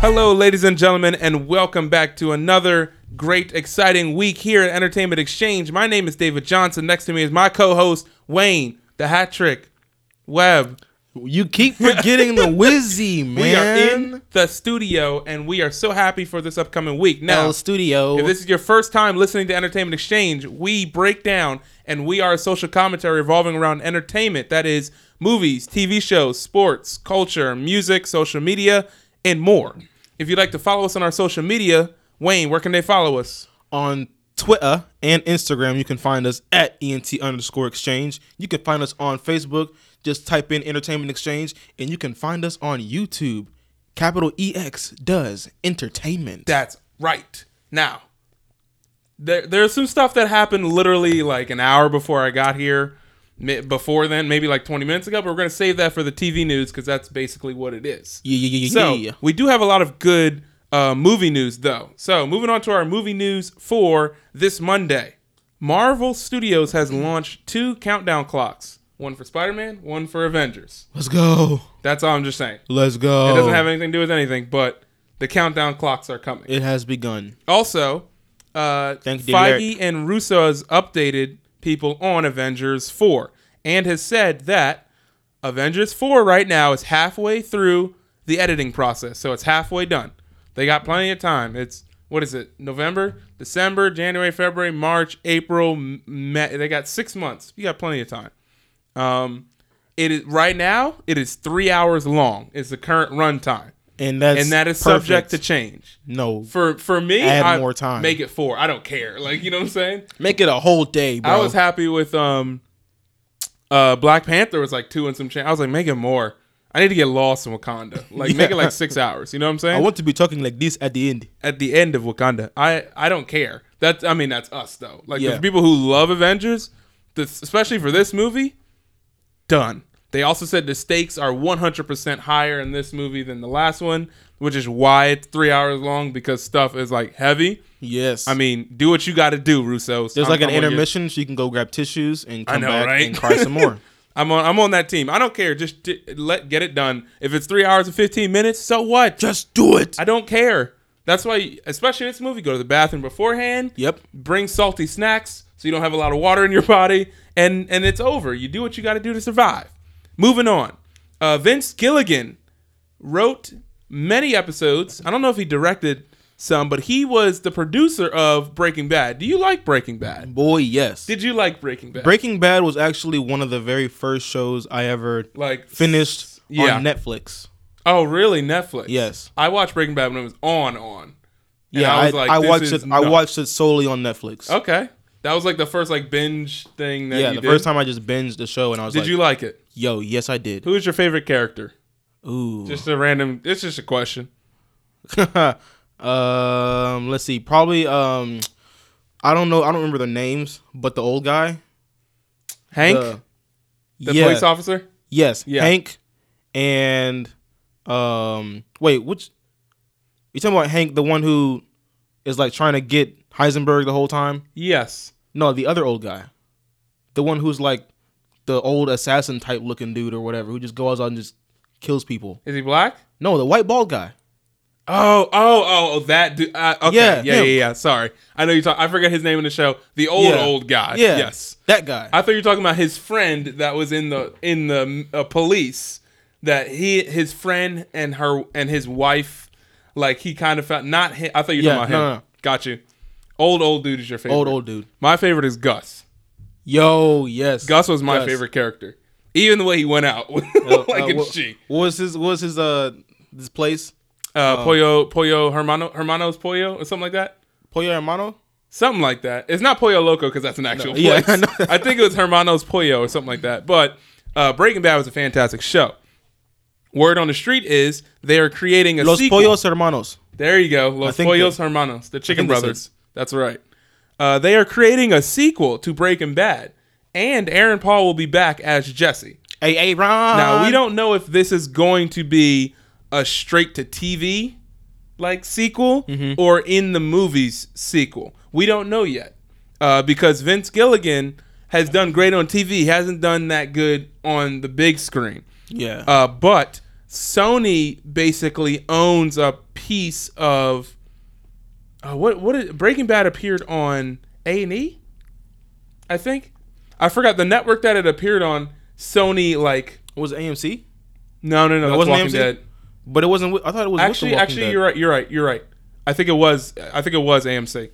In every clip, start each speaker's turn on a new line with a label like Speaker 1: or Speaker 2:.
Speaker 1: Hello, ladies and gentlemen, and welcome back to another great, exciting week here at Entertainment Exchange. My name is David Johnson. Next to me is my co host, Wayne, the hat trick, Webb.
Speaker 2: You keep forgetting the Wizzy, man.
Speaker 1: We are in the studio, and we are so happy for this upcoming week. Now,
Speaker 2: El Studio.
Speaker 1: If this is your first time listening to Entertainment Exchange, we break down and we are a social commentary revolving around entertainment that is, movies, TV shows, sports, culture, music, social media, and more. If you'd like to follow us on our social media, Wayne, where can they follow us?
Speaker 2: on Twitter and Instagram, you can find us at ENT underscore exchange. You can find us on Facebook. Just type in Entertainment Exchange, and you can find us on YouTube. Capital EX does entertainment.
Speaker 1: That's right. Now, there, there's some stuff that happened literally like an hour before I got here. Mi- Before then, maybe like 20 minutes ago, but we're going to save that for the TV news because that's basically what it is.
Speaker 2: yeah, yeah, yeah,
Speaker 1: So
Speaker 2: yeah.
Speaker 1: we do have a lot of good uh, movie news, though. So moving on to our movie news for this Monday, Marvel Studios has launched two countdown clocks: one for Spider-Man, one for Avengers.
Speaker 2: Let's go.
Speaker 1: That's all I'm just saying.
Speaker 2: Let's go.
Speaker 1: It doesn't have anything to do with anything, but the countdown clocks are coming.
Speaker 2: It has begun.
Speaker 1: Also, uh,
Speaker 2: Thank you, David
Speaker 1: Feige and Russo has updated people on Avengers 4 and has said that Avengers 4 right now is halfway through the editing process. So it's halfway done. They got plenty of time. It's, what is it, November, December, January, February, March, April, M- May. They got six months. You got plenty of time. Um, it is right now. It is three hours long. Is the current runtime,
Speaker 2: And that's
Speaker 1: and that is subject
Speaker 2: perfect.
Speaker 1: to change
Speaker 2: no.
Speaker 1: for for me
Speaker 2: Add
Speaker 1: I
Speaker 2: more time.
Speaker 1: make it four i don't care like you know what i'm saying
Speaker 2: Make it a whole day, bro.
Speaker 1: i was happy with um uh black panther was like two and some change i was like make it more i need to get lost in wakanda like make it like six hours you know what i'm
Speaker 2: I
Speaker 1: saying
Speaker 2: want to be talking like this at the end.
Speaker 1: at the end of wakanda i i don't care that's i mean that's us though like
Speaker 2: Yeah.
Speaker 1: the people who love avengers this, especially for this movie done they also said the stakes are 100% higher in this movie than the last one which is why it's three hours long because stuff is like heavy
Speaker 2: Yes.
Speaker 1: I mean, do what you got to do, Russo.
Speaker 2: There's
Speaker 1: I'm-
Speaker 2: like an
Speaker 1: I'm on your-
Speaker 2: intermission, so you can go grab tissues and come
Speaker 1: know,
Speaker 2: back
Speaker 1: right?
Speaker 2: and cry some more.
Speaker 1: I'm on. I'm on that team. I don't care. Just d- let get it done. If it's three hours and fifteen minutes, so what?
Speaker 2: Just do it.
Speaker 1: I don't care. That's why, especially in this movie, go to the bathroom beforehand.
Speaker 2: Yep.
Speaker 1: Bring salty snacks so you don't have a lot of water in your body, and and it's over. You do what you got to do to survive. Moving on, uh, Vince Gilligan wrote many episodes. I don't know if he directed some, but he was the producer of Breaking Bad. Do you like Breaking Bad?
Speaker 2: Boy, yes.
Speaker 1: Did you like Breaking Bad?
Speaker 2: Breaking Bad was actually one of the very first shows I ever
Speaker 1: like
Speaker 2: finished
Speaker 1: Yeah.
Speaker 2: on Netflix.
Speaker 1: Oh, really? Netflix?
Speaker 2: Yes.
Speaker 1: I watched Breaking Bad when it was on on. And
Speaker 2: Yeah, I, I
Speaker 1: this
Speaker 2: watched
Speaker 1: is
Speaker 2: it. I
Speaker 1: nuts.
Speaker 2: watched it solely on Netflix.
Speaker 1: Okay, that was like the first like binge thing that
Speaker 2: yeah,
Speaker 1: you
Speaker 2: the
Speaker 1: did.
Speaker 2: first time I just binged the show, and I was
Speaker 1: Did
Speaker 2: like,
Speaker 1: you like it?
Speaker 2: "Yo, yes, I did."
Speaker 1: Who is your favorite character?
Speaker 2: Ooh.
Speaker 1: Just a random. It's just a question.
Speaker 2: um, let's see. Probably. Um, I don't know. I don't remember their names, but the old guy,
Speaker 1: Hank,
Speaker 2: the,
Speaker 1: the
Speaker 2: yeah,
Speaker 1: police officer.
Speaker 2: Yes,
Speaker 1: Yeah.
Speaker 2: Hank, and um, wait, which you talking about? Hank, the one who is like trying to get Heisenberg the whole time.
Speaker 1: Yes.
Speaker 2: No, the other old guy. The one who's like the old assassin type looking dude or whatever who just goes out and just kills people.
Speaker 1: Is he black?
Speaker 2: No, the white bald guy.
Speaker 1: Oh, oh, oh, oh that. Du- uh, okay. Yeah,
Speaker 2: Yeah,
Speaker 1: yeah, yeah,
Speaker 2: him.
Speaker 1: yeah. Sorry, I know you talk. I forget his name in the show. The old
Speaker 2: Yeah.
Speaker 1: old guy.
Speaker 2: Yeah.
Speaker 1: Yes.
Speaker 2: That guy.
Speaker 1: I thought you were talking about his friend that was in the in the uh, police. That he his friend and her and his wife, like he kind of felt not. Him, I thought you were
Speaker 2: Yeah,
Speaker 1: talking
Speaker 2: no,
Speaker 1: about him.
Speaker 2: no, no.
Speaker 1: Got you. Old old dude is your favorite.
Speaker 2: old old dude.
Speaker 1: My favorite is Gus.
Speaker 2: Yo, yes.
Speaker 1: Gus was my
Speaker 2: Gus.
Speaker 1: favorite character. Even the way he went out, like
Speaker 2: Uh,
Speaker 1: it's
Speaker 2: what,
Speaker 1: G.
Speaker 2: what was his what was his uh this place?
Speaker 1: Uh, Pollo Pollo Hermano Hermanos Pollo or something like that.
Speaker 2: Pollo Hermano?
Speaker 1: something like that. It's not Pollo Loco because that's an actual
Speaker 2: No, yeah,
Speaker 1: place.
Speaker 2: I know.
Speaker 1: I think it was Hermanos Pollo or something like that. But uh, Breaking Bad was a fantastic show. Word on the street is they are creating a
Speaker 2: Los
Speaker 1: sequel.
Speaker 2: Pollos Hermanos.
Speaker 1: There you go, Los
Speaker 2: think
Speaker 1: Pollos Hermanos, the Chicken
Speaker 2: think that's
Speaker 1: Brothers. That's right. Uh, they are creating a sequel to Breaking Bad, and Aaron Paul will be back as Jesse.
Speaker 2: Hey, hey, Ron.
Speaker 1: Now we don't know if this is going to be a straight to TV like sequel or in the movies sequel. We don't know yet uh, because Vince Gilligan has done great on TV. He hasn't done that good on the big screen.
Speaker 2: Yeah.
Speaker 1: Uh, but Sony basically owns a piece of uh, what what is, Breaking Bad appeared on A and E, I think. I forgot the network that it appeared on. Sony like
Speaker 2: was it AMC?
Speaker 1: no no no,
Speaker 2: It
Speaker 1: that's
Speaker 2: wasn't
Speaker 1: Walking
Speaker 2: AMC?
Speaker 1: Dead.
Speaker 2: But it wasn't. with- I thought it was With
Speaker 1: Actually,
Speaker 2: the Walking
Speaker 1: actually,
Speaker 2: Dead.
Speaker 1: you're right. You're right. You're right. I think it was. I think it was AMC.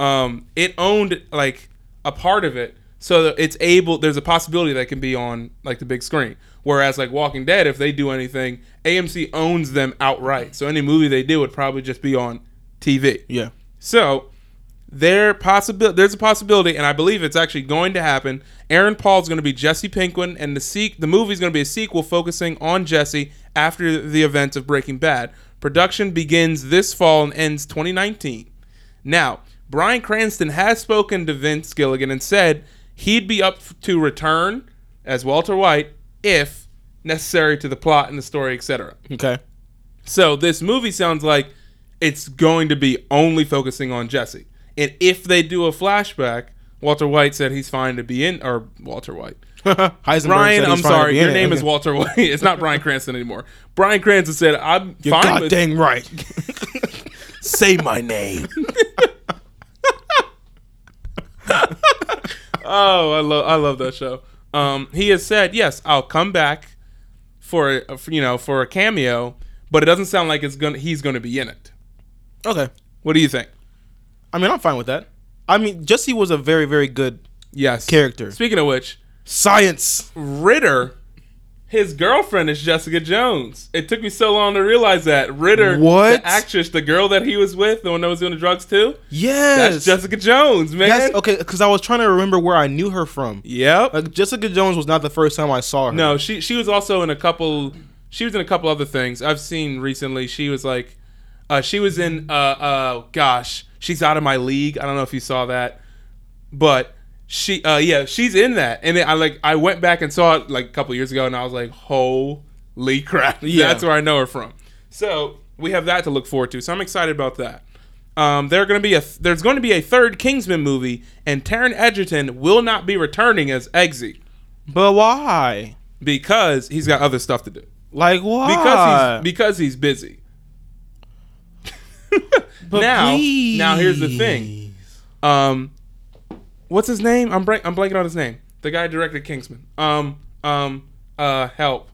Speaker 1: Um, it owned like a part of it, so that it's able. There's a possibility that it can be on like the big screen. Whereas like Walking Dead, if they do anything, AMC owns them outright. So any movie they do would probably just be on TV.
Speaker 2: Yeah.
Speaker 1: So there possibil- there's a possibility, and I believe it's actually going to happen. Aaron Paul's going to be Jesse Pinkman, and the se- the movie's going to be a sequel focusing on Jesse after the events of Breaking Bad. Production begins this fall and ends 2019. Now, Brian Cranston has spoken to Vince Gilligan and said he'd be up f- to return as Walter White if necessary to the plot and the story, etc.
Speaker 2: Okay.
Speaker 1: So this movie sounds like it's going to be only focusing on Jesse. And if they do a flashback, Walter White said he's fine to be in, or Walter White.
Speaker 2: Heisenberg
Speaker 1: Brian,
Speaker 2: said he's fine
Speaker 1: I'm
Speaker 2: to
Speaker 1: sorry,
Speaker 2: be
Speaker 1: your
Speaker 2: in it.
Speaker 1: name is
Speaker 2: Okay.
Speaker 1: Walter White. It's not Brian Cranston anymore. Brian Cranston said, "I'm
Speaker 2: You're
Speaker 1: fine
Speaker 2: God
Speaker 1: with."
Speaker 2: dang right. Say my name.
Speaker 1: Oh, I love, I love that show. Um, he has said, "Yes, I'll come back for, a- for you know for a cameo," but it doesn't sound like it's gonna he's gonna be in it.
Speaker 2: Okay.
Speaker 1: What do you think?
Speaker 2: I mean, I'm fine with that. I mean, Jesse was a very, very good
Speaker 1: Yes,
Speaker 2: character.
Speaker 1: Speaking of which,
Speaker 2: Science.
Speaker 1: Ritter, his girlfriend is Jessica Jones. It took me so long to realize that Ritter,
Speaker 2: What?
Speaker 1: the actress, the girl that he was with, the one that was doing the drugs too, that's
Speaker 2: Yes.
Speaker 1: Jessica Jones, man.
Speaker 2: That's okay. Because I was trying to remember where I knew her from.
Speaker 1: Yep.
Speaker 2: Like Jessica Jones was not the first time I saw her.
Speaker 1: no, she she was also in a couple. She was in a couple other things I've seen recently. She was like, uh, she was in. Uh, uh, gosh, she's out of my league. I don't know if you saw that, but she, uh, yeah, she's in that. And then I like, I went back and saw it like a couple years ago, and I was like, holy crap,
Speaker 2: Yeah.
Speaker 1: that's where I know her from. So we have that to look forward to. So I'm excited about that. Um, there going to be a there's going to be a third Kingsman movie, and Taron Egerton will not be returning as Eggsy
Speaker 2: But why?
Speaker 1: because he's got other stuff to do.
Speaker 2: Like why? Ah.
Speaker 1: Because he's because he's busy. now, now here's the thing. Um, what's his name? I'm blank. I'm blanking on his name. The guy who directed Kingsman. Um, um, uh, help,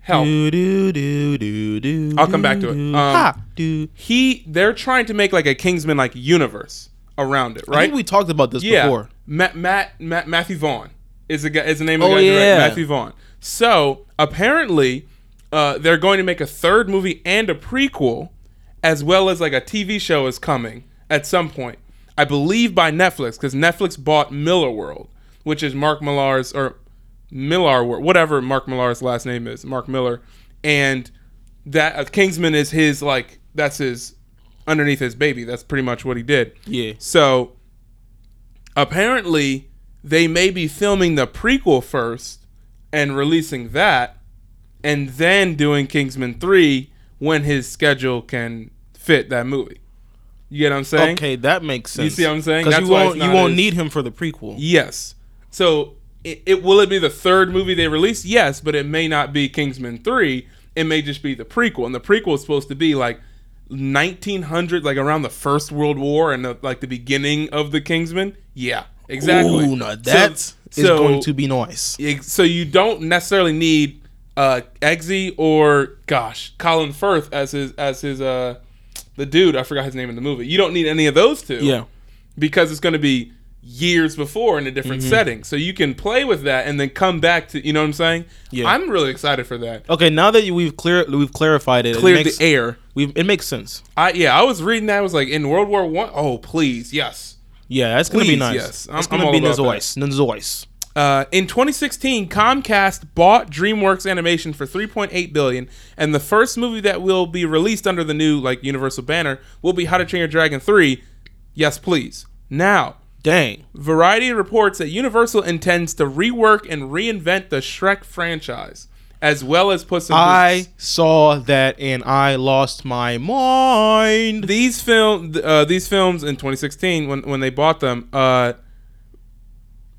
Speaker 1: help.
Speaker 2: Do, do, do, do, do,
Speaker 1: I'll come back to it.
Speaker 2: do.
Speaker 1: Um,
Speaker 2: ha, do.
Speaker 1: He, they're trying to make like a Kingsman like universe around it,
Speaker 2: I
Speaker 1: right?
Speaker 2: think we talked about this
Speaker 1: yeah.
Speaker 2: before.
Speaker 1: Matt, Matt, Matt, Matthew Vaughn is the guy is the name of the
Speaker 2: Oh,
Speaker 1: guy who directed
Speaker 2: yeah.
Speaker 1: Matthew Vaughn. So apparently, uh, they're going to make a third movie and a prequel, as well as like a TV show is coming at some point. I believe by Netflix because Netflix bought Miller World, which is Mark Millar's or Millar World, whatever Mark Millar's last name is, Mark Miller, and that uh, Kingsman is his like that's his underneath his baby. That's pretty much what he did.
Speaker 2: Yeah.
Speaker 1: So apparently they may be filming the prequel first and releasing that and then doing Kingsman 3 when his schedule can fit that movie. You get what I'm saying?
Speaker 2: Okay, that makes sense.
Speaker 1: see what I'm saying?
Speaker 2: Because
Speaker 1: That's
Speaker 2: you
Speaker 1: why
Speaker 2: won't
Speaker 1: it's
Speaker 2: you
Speaker 1: not
Speaker 2: won't
Speaker 1: as- E-
Speaker 2: need him for the prequel.
Speaker 1: Yes. So it, it will it be the third movie they release? Yes, but it may not be Kingsman 3. It may just be the prequel. And the prequel is supposed to be like 1900 like around the First World War and the, like the beginning of the Kingsman. Yeah. Exactly.
Speaker 2: Ooh, now that is
Speaker 1: so, so-
Speaker 2: going to be nice.
Speaker 1: Ex- so you don't necessarily need uh Eggsy or gosh, Colin Firth as his as his uh the dude, I forgot his name in the movie. You don't need any of those two.
Speaker 2: Yeah.
Speaker 1: Because it's gonna be years before in a different
Speaker 2: Mm-hmm.
Speaker 1: setting. So you can play with that and then come back to you know what I'm saying?
Speaker 2: Yeah.
Speaker 1: I'm really excited for that.
Speaker 2: Okay, now that you, we've clear we've clarified it,
Speaker 1: Clear
Speaker 2: it makes,
Speaker 1: the air.
Speaker 2: we've, it makes sense.
Speaker 1: I yeah, I was reading that, I was like in World War One oh please, yes.
Speaker 2: Yeah, that's gonna be
Speaker 1: Please,
Speaker 2: nice.
Speaker 1: yes. I'm-
Speaker 2: it's gonna
Speaker 1: I'm all
Speaker 2: be
Speaker 1: about
Speaker 2: nice. Nice.
Speaker 1: Uh, in 2016, Comcast bought DreamWorks Animation for 3.8 billion, and the first movie that will be released under the new like Universal banner will be How to Train Your Dragon 3. Yes, please. Now,
Speaker 2: Dang.
Speaker 1: Variety reports that Universal intends to rework and reinvent the Shrek franchise, as well as Puss in
Speaker 2: I
Speaker 1: Boots.
Speaker 2: saw that and I lost my mind.
Speaker 1: These film, uh, these films in 2016, when when they bought them, uh,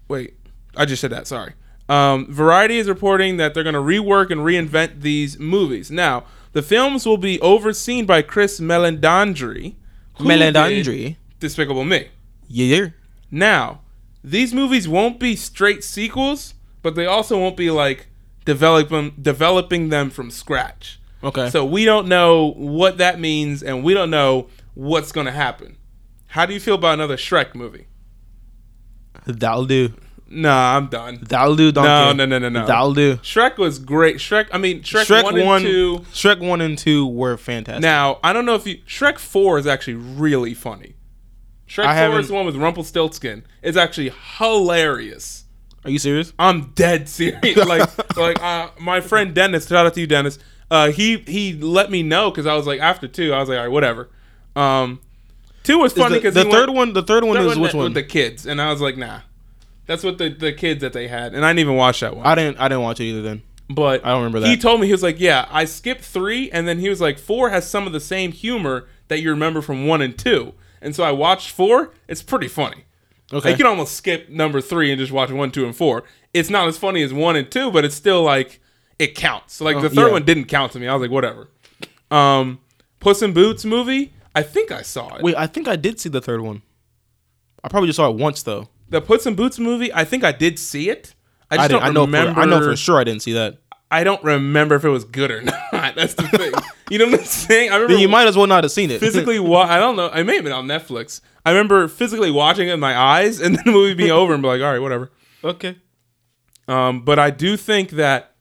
Speaker 1: wait, I just said that. Sorry. Um, Variety is reporting that they're going to rework and reinvent these movies. Now, the films will be overseen by Chris Melandandri. who did
Speaker 2: Melandandri.
Speaker 1: Despicable Me.
Speaker 2: Yeah.
Speaker 1: Now, these movies won't be straight sequels, but they also won't be like develop developing them from scratch.
Speaker 2: Okay.
Speaker 1: So we don't know what that means, and we don't know what's going to happen. How do you feel about another Shrek movie?
Speaker 2: that'll do.
Speaker 1: Nah, I'm done.
Speaker 2: That'll do. Donkey.
Speaker 1: No, no, no, no, no.
Speaker 2: That'll do.
Speaker 1: Shrek was great. Shrek, I mean, Shrek,
Speaker 2: Shrek
Speaker 1: 1 and
Speaker 2: one,
Speaker 1: 2.
Speaker 2: Shrek one and two were fantastic.
Speaker 1: Now, I don't know if you. Shrek 4 is actually really funny. Shrek
Speaker 2: I
Speaker 1: 4
Speaker 2: haven't-
Speaker 1: is the one with Rumpelstiltskin. It's actually hilarious.
Speaker 2: Are you serious?
Speaker 1: I'm dead serious. like like uh, my friend Dennis, shout out to you, Dennis. Uh, he he let me know because I was like after two, I was like all right, whatever. Um, two was funny
Speaker 2: Is the
Speaker 1: because
Speaker 2: the third one, the third one is which
Speaker 1: with
Speaker 2: one?
Speaker 1: the kids, and I was like nah, that's what the the kids that they had, and I didn't even watch that one.
Speaker 2: I didn't. I didn't watch it either. Then
Speaker 1: but
Speaker 2: I don't remember
Speaker 1: He
Speaker 2: that.
Speaker 1: told me he was like yeah, I skipped three, and then he was like four has some of the same humor that you remember from one and two, and so I watched four. It's pretty funny.
Speaker 2: okay.
Speaker 1: You can almost skip number three and just watch one, two, and four. It's not as funny as one and two, but it's still like it counts. So like the third
Speaker 2: Oh, yeah.
Speaker 1: one didn't count to me. I was like, whatever. Um, Puss in Boots movie. I think I saw it.
Speaker 2: Wait, I think I did see the third one. I probably just saw it once though.
Speaker 1: The Puss in Boots movie. I think I did see it. I just
Speaker 2: I, didn't,
Speaker 1: don't
Speaker 2: I know.
Speaker 1: remember.
Speaker 2: For, I know for sure I didn't see that.
Speaker 1: I don't remember if it was good or not. That's the thing. you know what I'm saying? I remember
Speaker 2: Then you might as well not have seen it.
Speaker 1: physically wa- I don't know. I may have been on Netflix. I remember physically watching it in my eyes, and then the movie being over, and be like, all right, whatever.
Speaker 2: okay.
Speaker 1: Um, but I do think that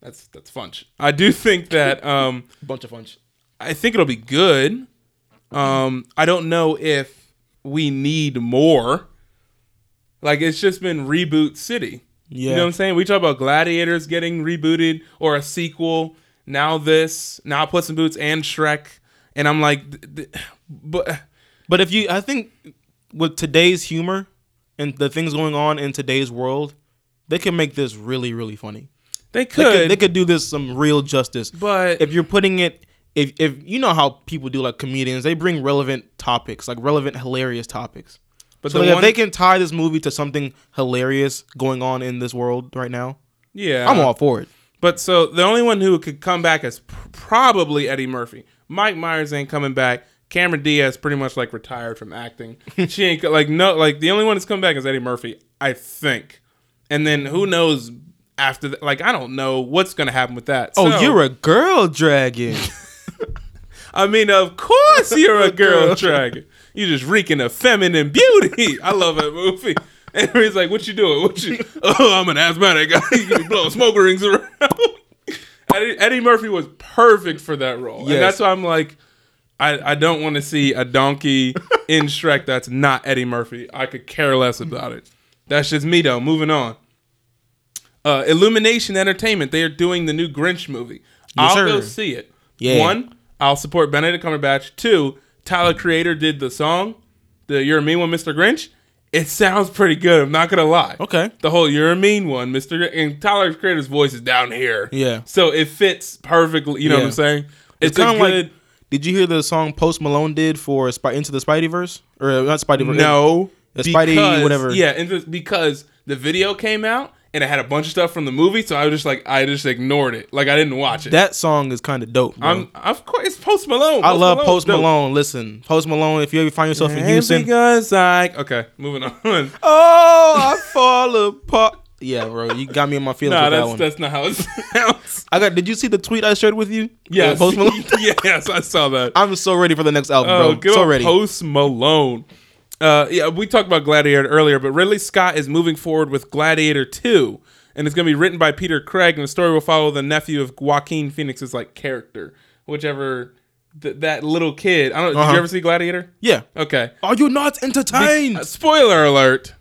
Speaker 1: that's that's funch. I do think that um,
Speaker 2: Bunch of punch.
Speaker 1: I think it'll be good. Um, I don't know if we need more. Like it's just been reboot city. You
Speaker 2: Yeah.
Speaker 1: know what I'm saying? We talk about Gladiators getting rebooted or a sequel. Now this, now Puss in Boots and Shrek, and I'm like, th- th- but
Speaker 2: But if you, I think with today's humor and the things going on in today's world, they can make this really, really funny.
Speaker 1: they
Speaker 2: They
Speaker 1: could,
Speaker 2: could, they could do this some real justice.
Speaker 1: but
Speaker 2: if you're putting it, if if you know how people do like comedians, they bring relevant topics, like relevant hilarious topics.
Speaker 1: but
Speaker 2: So
Speaker 1: the
Speaker 2: like,
Speaker 1: one,
Speaker 2: if they can tie this movie to something hilarious going on in this world right now,
Speaker 1: yeah,
Speaker 2: I'm all for it.
Speaker 1: But so the only one who could come back is pr- probably Eddie Murphy. Mike Myers ain't coming back. Cameron Diaz pretty much like retired from acting. she ain't co- like no like the only one that's come back is Eddie Murphy, I think. And then who knows after that? Like I don't know what's gonna happen with that.
Speaker 2: Oh,
Speaker 1: So,
Speaker 2: you're a girl dragon.
Speaker 1: I mean, of course you're a girl
Speaker 2: Girl.
Speaker 1: dragon. You just reeking of feminine beauty. I love that movie. And he's like, "What you doing? What you? Oh, I'm an asthmatic. you be blowing smoke rings around." Eddie, Eddie Murphy was perfect for that role,
Speaker 2: Yes.
Speaker 1: and that's why I'm like, I, I don't want to see a donkey in Shrek that's not Eddie Murphy. I could care less about it. That's just me though. Moving on. Uh, Illumination Entertainment. They are doing the new Grinch movie. I'll
Speaker 2: sir.
Speaker 1: go see it.
Speaker 2: Yeah.
Speaker 1: One, I'll support Benedict Cumberbatch. Two, Tyler Creator did the song, the You're a Mean One, Mr. Grinch. It sounds pretty good. I'm not gonna lie.
Speaker 2: Okay.
Speaker 1: The whole You're a Mean One, Mr. Grinch, and Tyler Creator's voice is down here.
Speaker 2: Yeah.
Speaker 1: So it fits perfectly. You know what
Speaker 2: Yeah.
Speaker 1: I'm saying? It's,
Speaker 2: kind
Speaker 1: a
Speaker 2: of
Speaker 1: good.
Speaker 2: like, did you hear the song Post Malone did for Spy Into the Spideyverse or uh, not Spideyverse?
Speaker 1: No,
Speaker 2: The Spidey whatever.
Speaker 1: Yeah, and just because the video came out and it had a bunch of stuff from the movie, so I was just like, I just ignored it. Like I didn't watch it.
Speaker 2: that song is kind of dope. bro.
Speaker 1: I'm of course it's Post Malone.
Speaker 2: I love
Speaker 1: Malone's
Speaker 2: Post
Speaker 1: dope.
Speaker 2: Malone. Listen, Post Malone. If you ever find yourself in
Speaker 1: And
Speaker 2: Houston,
Speaker 1: because I okay, moving on.
Speaker 2: oh, I fall apart. Yeah, bro, you got me in my feelings
Speaker 1: nah,
Speaker 2: with that
Speaker 1: that's
Speaker 2: one.
Speaker 1: that's not how it sounds.
Speaker 2: I got. Did you see the tweet I shared with you?
Speaker 1: Yes,
Speaker 2: Uh, Post Malone.
Speaker 1: yes, I saw that.
Speaker 2: I'm so ready for the next album,
Speaker 1: Oh,
Speaker 2: bro.
Speaker 1: good
Speaker 2: So
Speaker 1: old
Speaker 2: ready.
Speaker 1: Post Malone. Uh, yeah, we talked about Gladiator earlier, but Ridley Scott is moving forward with Gladiator 2, and it's going to be written by Peter Craig, and the story will follow the nephew of Joaquin Phoenix's like character, whichever th- that little kid. I don't. Did
Speaker 2: Uh-huh.
Speaker 1: you ever see Gladiator?
Speaker 2: yeah.
Speaker 1: Okay.
Speaker 2: Are you not entertained?
Speaker 1: Uh, spoiler alert.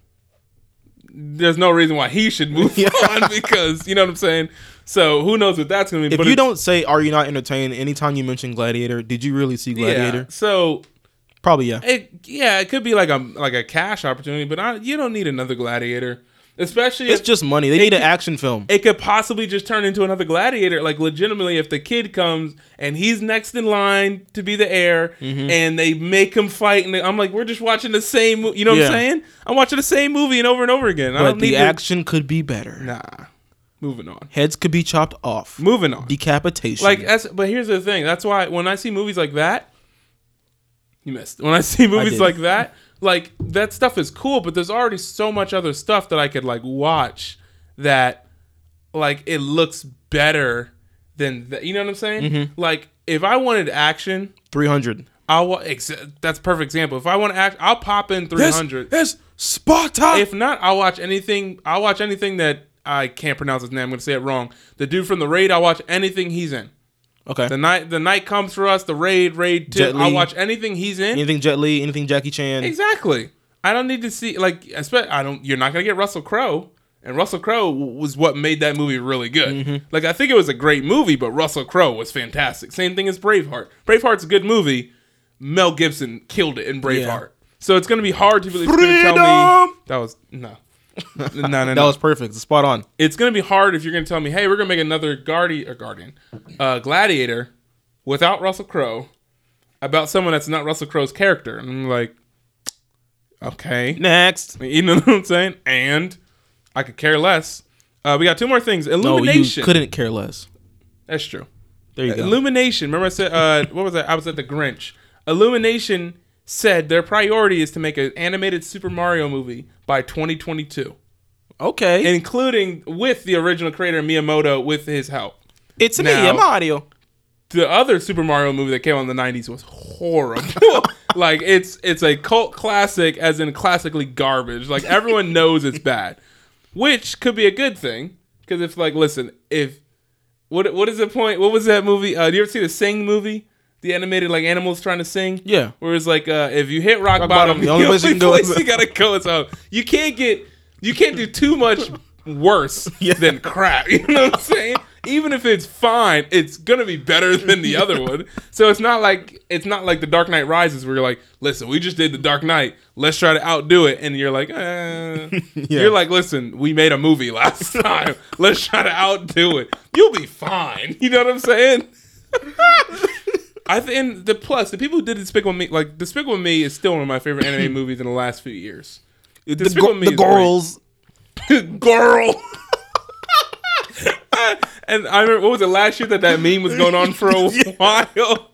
Speaker 1: There's no reason why he should move
Speaker 2: Yeah.
Speaker 1: on because you know what I'm saying. So who knows what that's going to be?
Speaker 2: if
Speaker 1: but
Speaker 2: you
Speaker 1: it's-
Speaker 2: don't say "Are you not entertained" anytime you mention Gladiator, did you really see
Speaker 1: yeah.
Speaker 2: Gladiator?
Speaker 1: So
Speaker 2: Probably yeah.
Speaker 1: it yeah, it could be like a like a cash opportunity, but I, you don't need another gladiator. Especially
Speaker 2: It's
Speaker 1: if
Speaker 2: just money. They need an action film.
Speaker 1: it could possibly just turn into another gladiator. Like legitimately, if the kid comes and he's next in line to be the heir,
Speaker 2: Mm-hmm.
Speaker 1: and they make him fight, and I'm like, we're just watching the same. mo- You know
Speaker 2: Yeah.
Speaker 1: what I'm saying? I'm watching the same movie and over and over again. I
Speaker 2: But
Speaker 1: don't need
Speaker 2: the
Speaker 1: to-
Speaker 2: action could be better.
Speaker 1: Nah, moving on.
Speaker 2: Heads could be chopped off.
Speaker 1: Moving on.
Speaker 2: Decapitation.
Speaker 1: Like uh, that's. But here's the thing. That's why when I see movies like that, you missed. When I see movies
Speaker 2: did.
Speaker 1: like that, like that stuff is cool, but there's already so much other stuff that I could like watch that, like it looks better than that. You know what I'm saying? Like if I wanted action,
Speaker 2: 300.
Speaker 1: I will. Ex- that's a perfect example. If I want to act, I'll pop in 300.
Speaker 2: Yes, Sparta.
Speaker 1: If not, I'll watch anything. I'll watch anything that I can't pronounce his name. I'm gonna say it wrong. The dude from the raid. I'll watch anything he's in.
Speaker 2: okay.
Speaker 1: The night the night comes for us. The raid, raid two.
Speaker 2: Jet Li.
Speaker 1: I'll watch anything he's in.
Speaker 2: anything Jet Li, anything Jackie Chan.
Speaker 1: Exactly. I don't need to see like. Espe- I don't. You're not gonna get Russell Crowe. And Russell Crowe w- was what made that movie really good.
Speaker 2: Mm-hmm.
Speaker 1: Like I think it was a great movie, but Russell Crowe was fantastic. Same thing as Braveheart. Braveheart's a good movie. Mel Gibson killed it in Braveheart. So it's gonna be hard to believe. Tell me
Speaker 2: Freedom!
Speaker 1: that was no, no, no, no.
Speaker 2: That was perfect. Spot on.
Speaker 1: it's gonna be hard if you're gonna tell me, hey, we're gonna make another guardian, or guardian, uh, gladiator, without Russell Crowe, about someone that's not Russell Crowe's character, and I'm like, okay,
Speaker 2: Next.
Speaker 1: you know what I'm saying? And I could care less. Uh, we got two more things.
Speaker 2: No, Oh, you
Speaker 1: Illumination.
Speaker 2: couldn't care less.
Speaker 1: that's true.
Speaker 2: There you go.
Speaker 1: Illumination. Remember, I said, uh, what was that? I was at the Grinch. Illumination said their priority is to make an animated Super Mario movie by 2022,
Speaker 2: Okay.
Speaker 1: including with the original creator Miyamoto with his help.
Speaker 2: it's me,
Speaker 1: now-
Speaker 2: Mario.
Speaker 1: the other Super Mario movie that came out in the '90s was horrible. like it's it's a cult classic, as in classically garbage. Like everyone knows it's bad, which could be a good thing because if like listen, if what what is the point? What was that movie? Uh, do you ever see the Sing movie? The animated like animals trying to sing.
Speaker 2: Yeah.
Speaker 1: Where it's like uh, if you hit rock, bottom,
Speaker 2: bottom, the only place you can go is-
Speaker 1: you gotta go is home. You can't get you can't do too much worse
Speaker 2: Yeah.
Speaker 1: than crap. You know what I'm saying? Even if it's fine, it's gonna be better than the other one. So it's not like it's not like the Dark Knight Rises where you're like, listen, we just did the Dark Knight, let's try to outdo it, and you're like, eh. you're like, listen, we made a movie last time, let's try to outdo it. You'll be fine. You know what I'm saying? I th- and the plus the people who did Despicable Me like Despicable Me is still one of my favorite anime movies in the last few years.
Speaker 2: The,
Speaker 1: Despicable
Speaker 2: gir-
Speaker 1: Me
Speaker 2: the
Speaker 1: is
Speaker 2: girls.
Speaker 1: great. Girl. and I remember what was it last year that that meme was going on for a while.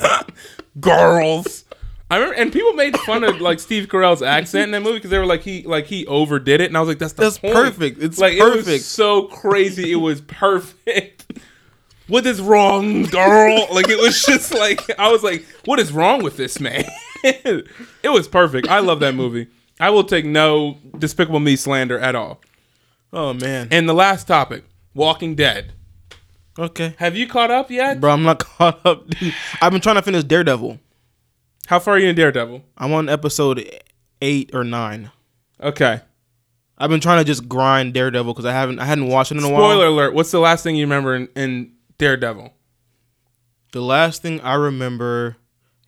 Speaker 1: Girls. I remember, and people made fun of like Steve Carell's accent in that movie because they were like he like he overdid it, and I was like, that's the
Speaker 2: That's
Speaker 1: point.
Speaker 2: perfect. It's
Speaker 1: like it
Speaker 2: perfect.
Speaker 1: was so crazy. It was perfect. what is wrong, girl? like it was just like I was like, what is wrong with this man? it was perfect. I love that movie. I will take no Despicable Me slander at all.
Speaker 2: Oh man.
Speaker 1: And the last topic, Walking Dead.
Speaker 2: Okay.
Speaker 1: Have you caught up yet?
Speaker 2: Bro, I'm not caught up. Dude. I've been trying to finish Daredevil.
Speaker 1: How far are you in Daredevil?
Speaker 2: I'm on episode eight or nine.
Speaker 1: Okay.
Speaker 2: I've been trying to just grind Daredevil because I haven't I hadn't watched it in a while.
Speaker 1: Spoiler alert. What's the last thing you remember in, in Daredevil?
Speaker 2: The last thing I remember,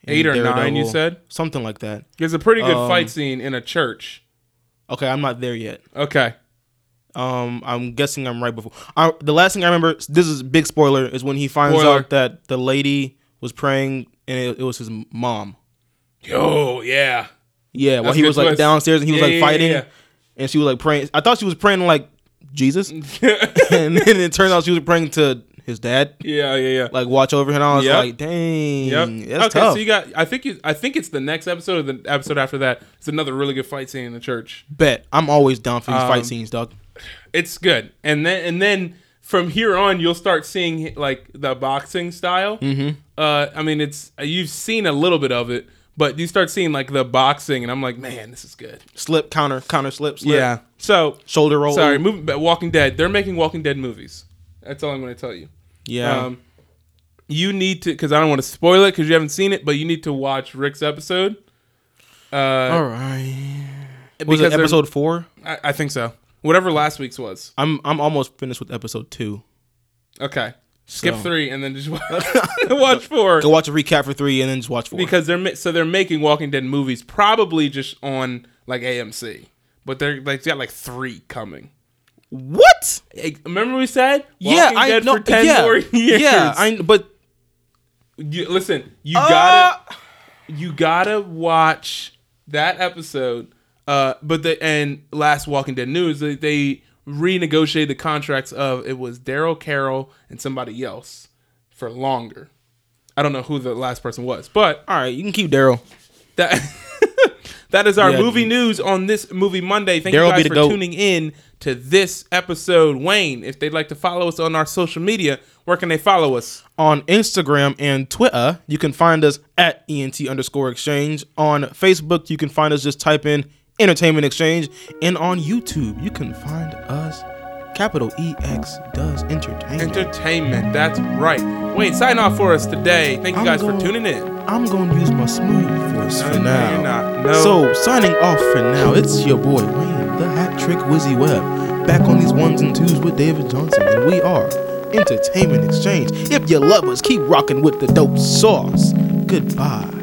Speaker 2: in
Speaker 1: Eight or nine, you
Speaker 2: Daredevil-
Speaker 1: said?
Speaker 2: something like that.
Speaker 1: There's a pretty good
Speaker 2: Um,
Speaker 1: fight scene in a church.
Speaker 2: Okay, I'm not there yet.
Speaker 1: Okay.
Speaker 2: Um, I'm guessing I'm right before. I, the last thing I remember, this is a big spoiler, is when he finds
Speaker 1: Spoiler.
Speaker 2: out that the lady was praying and it, it was his mom.
Speaker 1: Yo, yeah.
Speaker 2: Yeah, while
Speaker 1: That's
Speaker 2: he
Speaker 1: a
Speaker 2: was
Speaker 1: good
Speaker 2: like
Speaker 1: twist.
Speaker 2: downstairs and he was
Speaker 1: Yeah,
Speaker 2: like
Speaker 1: yeah,
Speaker 2: fighting,
Speaker 1: yeah, yeah.
Speaker 2: and she was like praying. I thought she was praying like Jesus, and then it turned out she was praying to his dad,
Speaker 1: yeah, yeah, yeah.
Speaker 2: like watch over him. And I was
Speaker 1: Yep.
Speaker 2: like, dang,
Speaker 1: Yep.
Speaker 2: that's
Speaker 1: okay,
Speaker 2: tough.
Speaker 1: so you got. I think you. I think it's the next episode or the episode after that. It's another really good fight scene in the church.
Speaker 2: Bet I'm always down for these
Speaker 1: Um,
Speaker 2: fight scenes, dog.
Speaker 1: It's good, and then and then from here on, you'll start seeing like the boxing style. Mm-hmm. Uh, I mean, it's you've seen a little bit of it, but you start seeing like the boxing, and I'm like, man, this is good.
Speaker 2: Slip counter counter slip slip.
Speaker 1: So
Speaker 2: shoulder roll.
Speaker 1: sorry, moving back, Walking Dead. They're making Walking Dead movies. That's all I'm going to tell you.
Speaker 2: Yeah.
Speaker 1: Um, you need to because I don't want to spoil it because you haven't seen it, but you need to watch Rick's episode. Uh,
Speaker 2: All right.
Speaker 1: because
Speaker 2: Was it
Speaker 1: they're-
Speaker 2: episode four?
Speaker 1: I, I think so. Whatever last week's was.
Speaker 2: I'm I'm almost finished with episode two.
Speaker 1: Okay. Skip
Speaker 2: So-
Speaker 1: three and then just watch, watch four
Speaker 2: Go watch a recap for three and then just watch four.
Speaker 1: because they're ma- so they're making Walking Dead movies probably just on like AMC, but they're like they got like three coming.
Speaker 2: What?
Speaker 1: Hey, Remember we said
Speaker 2: yeah,
Speaker 1: Walking
Speaker 2: I
Speaker 1: Dead
Speaker 2: know.
Speaker 1: for ten
Speaker 2: yeah,
Speaker 1: more years.
Speaker 2: yeah. I but
Speaker 1: You- listen, you gotta you gotta watch that episode. Uh, but the and last Walking Dead news, they, they renegotiated the contracts of it was Daryl Carroll and somebody else for longer. I don't know who the last person was, but
Speaker 2: all right. You can keep Daryl.
Speaker 1: that that is our
Speaker 2: Yeah,
Speaker 1: movie
Speaker 2: dude.
Speaker 1: news on this movie Monday. Thank
Speaker 2: Daryl
Speaker 1: you
Speaker 2: be
Speaker 1: guys
Speaker 2: the
Speaker 1: for
Speaker 2: GOAT.
Speaker 1: tuning in to this episode. Wayne, if they'd like to follow us on our social media, where can they follow us?
Speaker 2: on Instagram and Twitter. You can find us at ENT underscore exchange. On Facebook, you can find us just type in Entertainment Exchange. And on YouTube, you can find us capital EX does entertainment.
Speaker 1: Entertainment. That's right. Wayne, sign off for us today. Thank you
Speaker 2: I'm
Speaker 1: guys for
Speaker 2: going-
Speaker 1: tuning in.
Speaker 2: I'm going to use my smooth voice
Speaker 1: No,
Speaker 2: for
Speaker 1: no,
Speaker 2: now.
Speaker 1: you're not. No.
Speaker 2: So, signing off for now, it's your boy Wayne, the hat trick Wizzy Webb, back on these ones and twos with David Johnson, and we are Entertainment Exchange. If you love us, keep rocking with the dope sauce. Goodbye.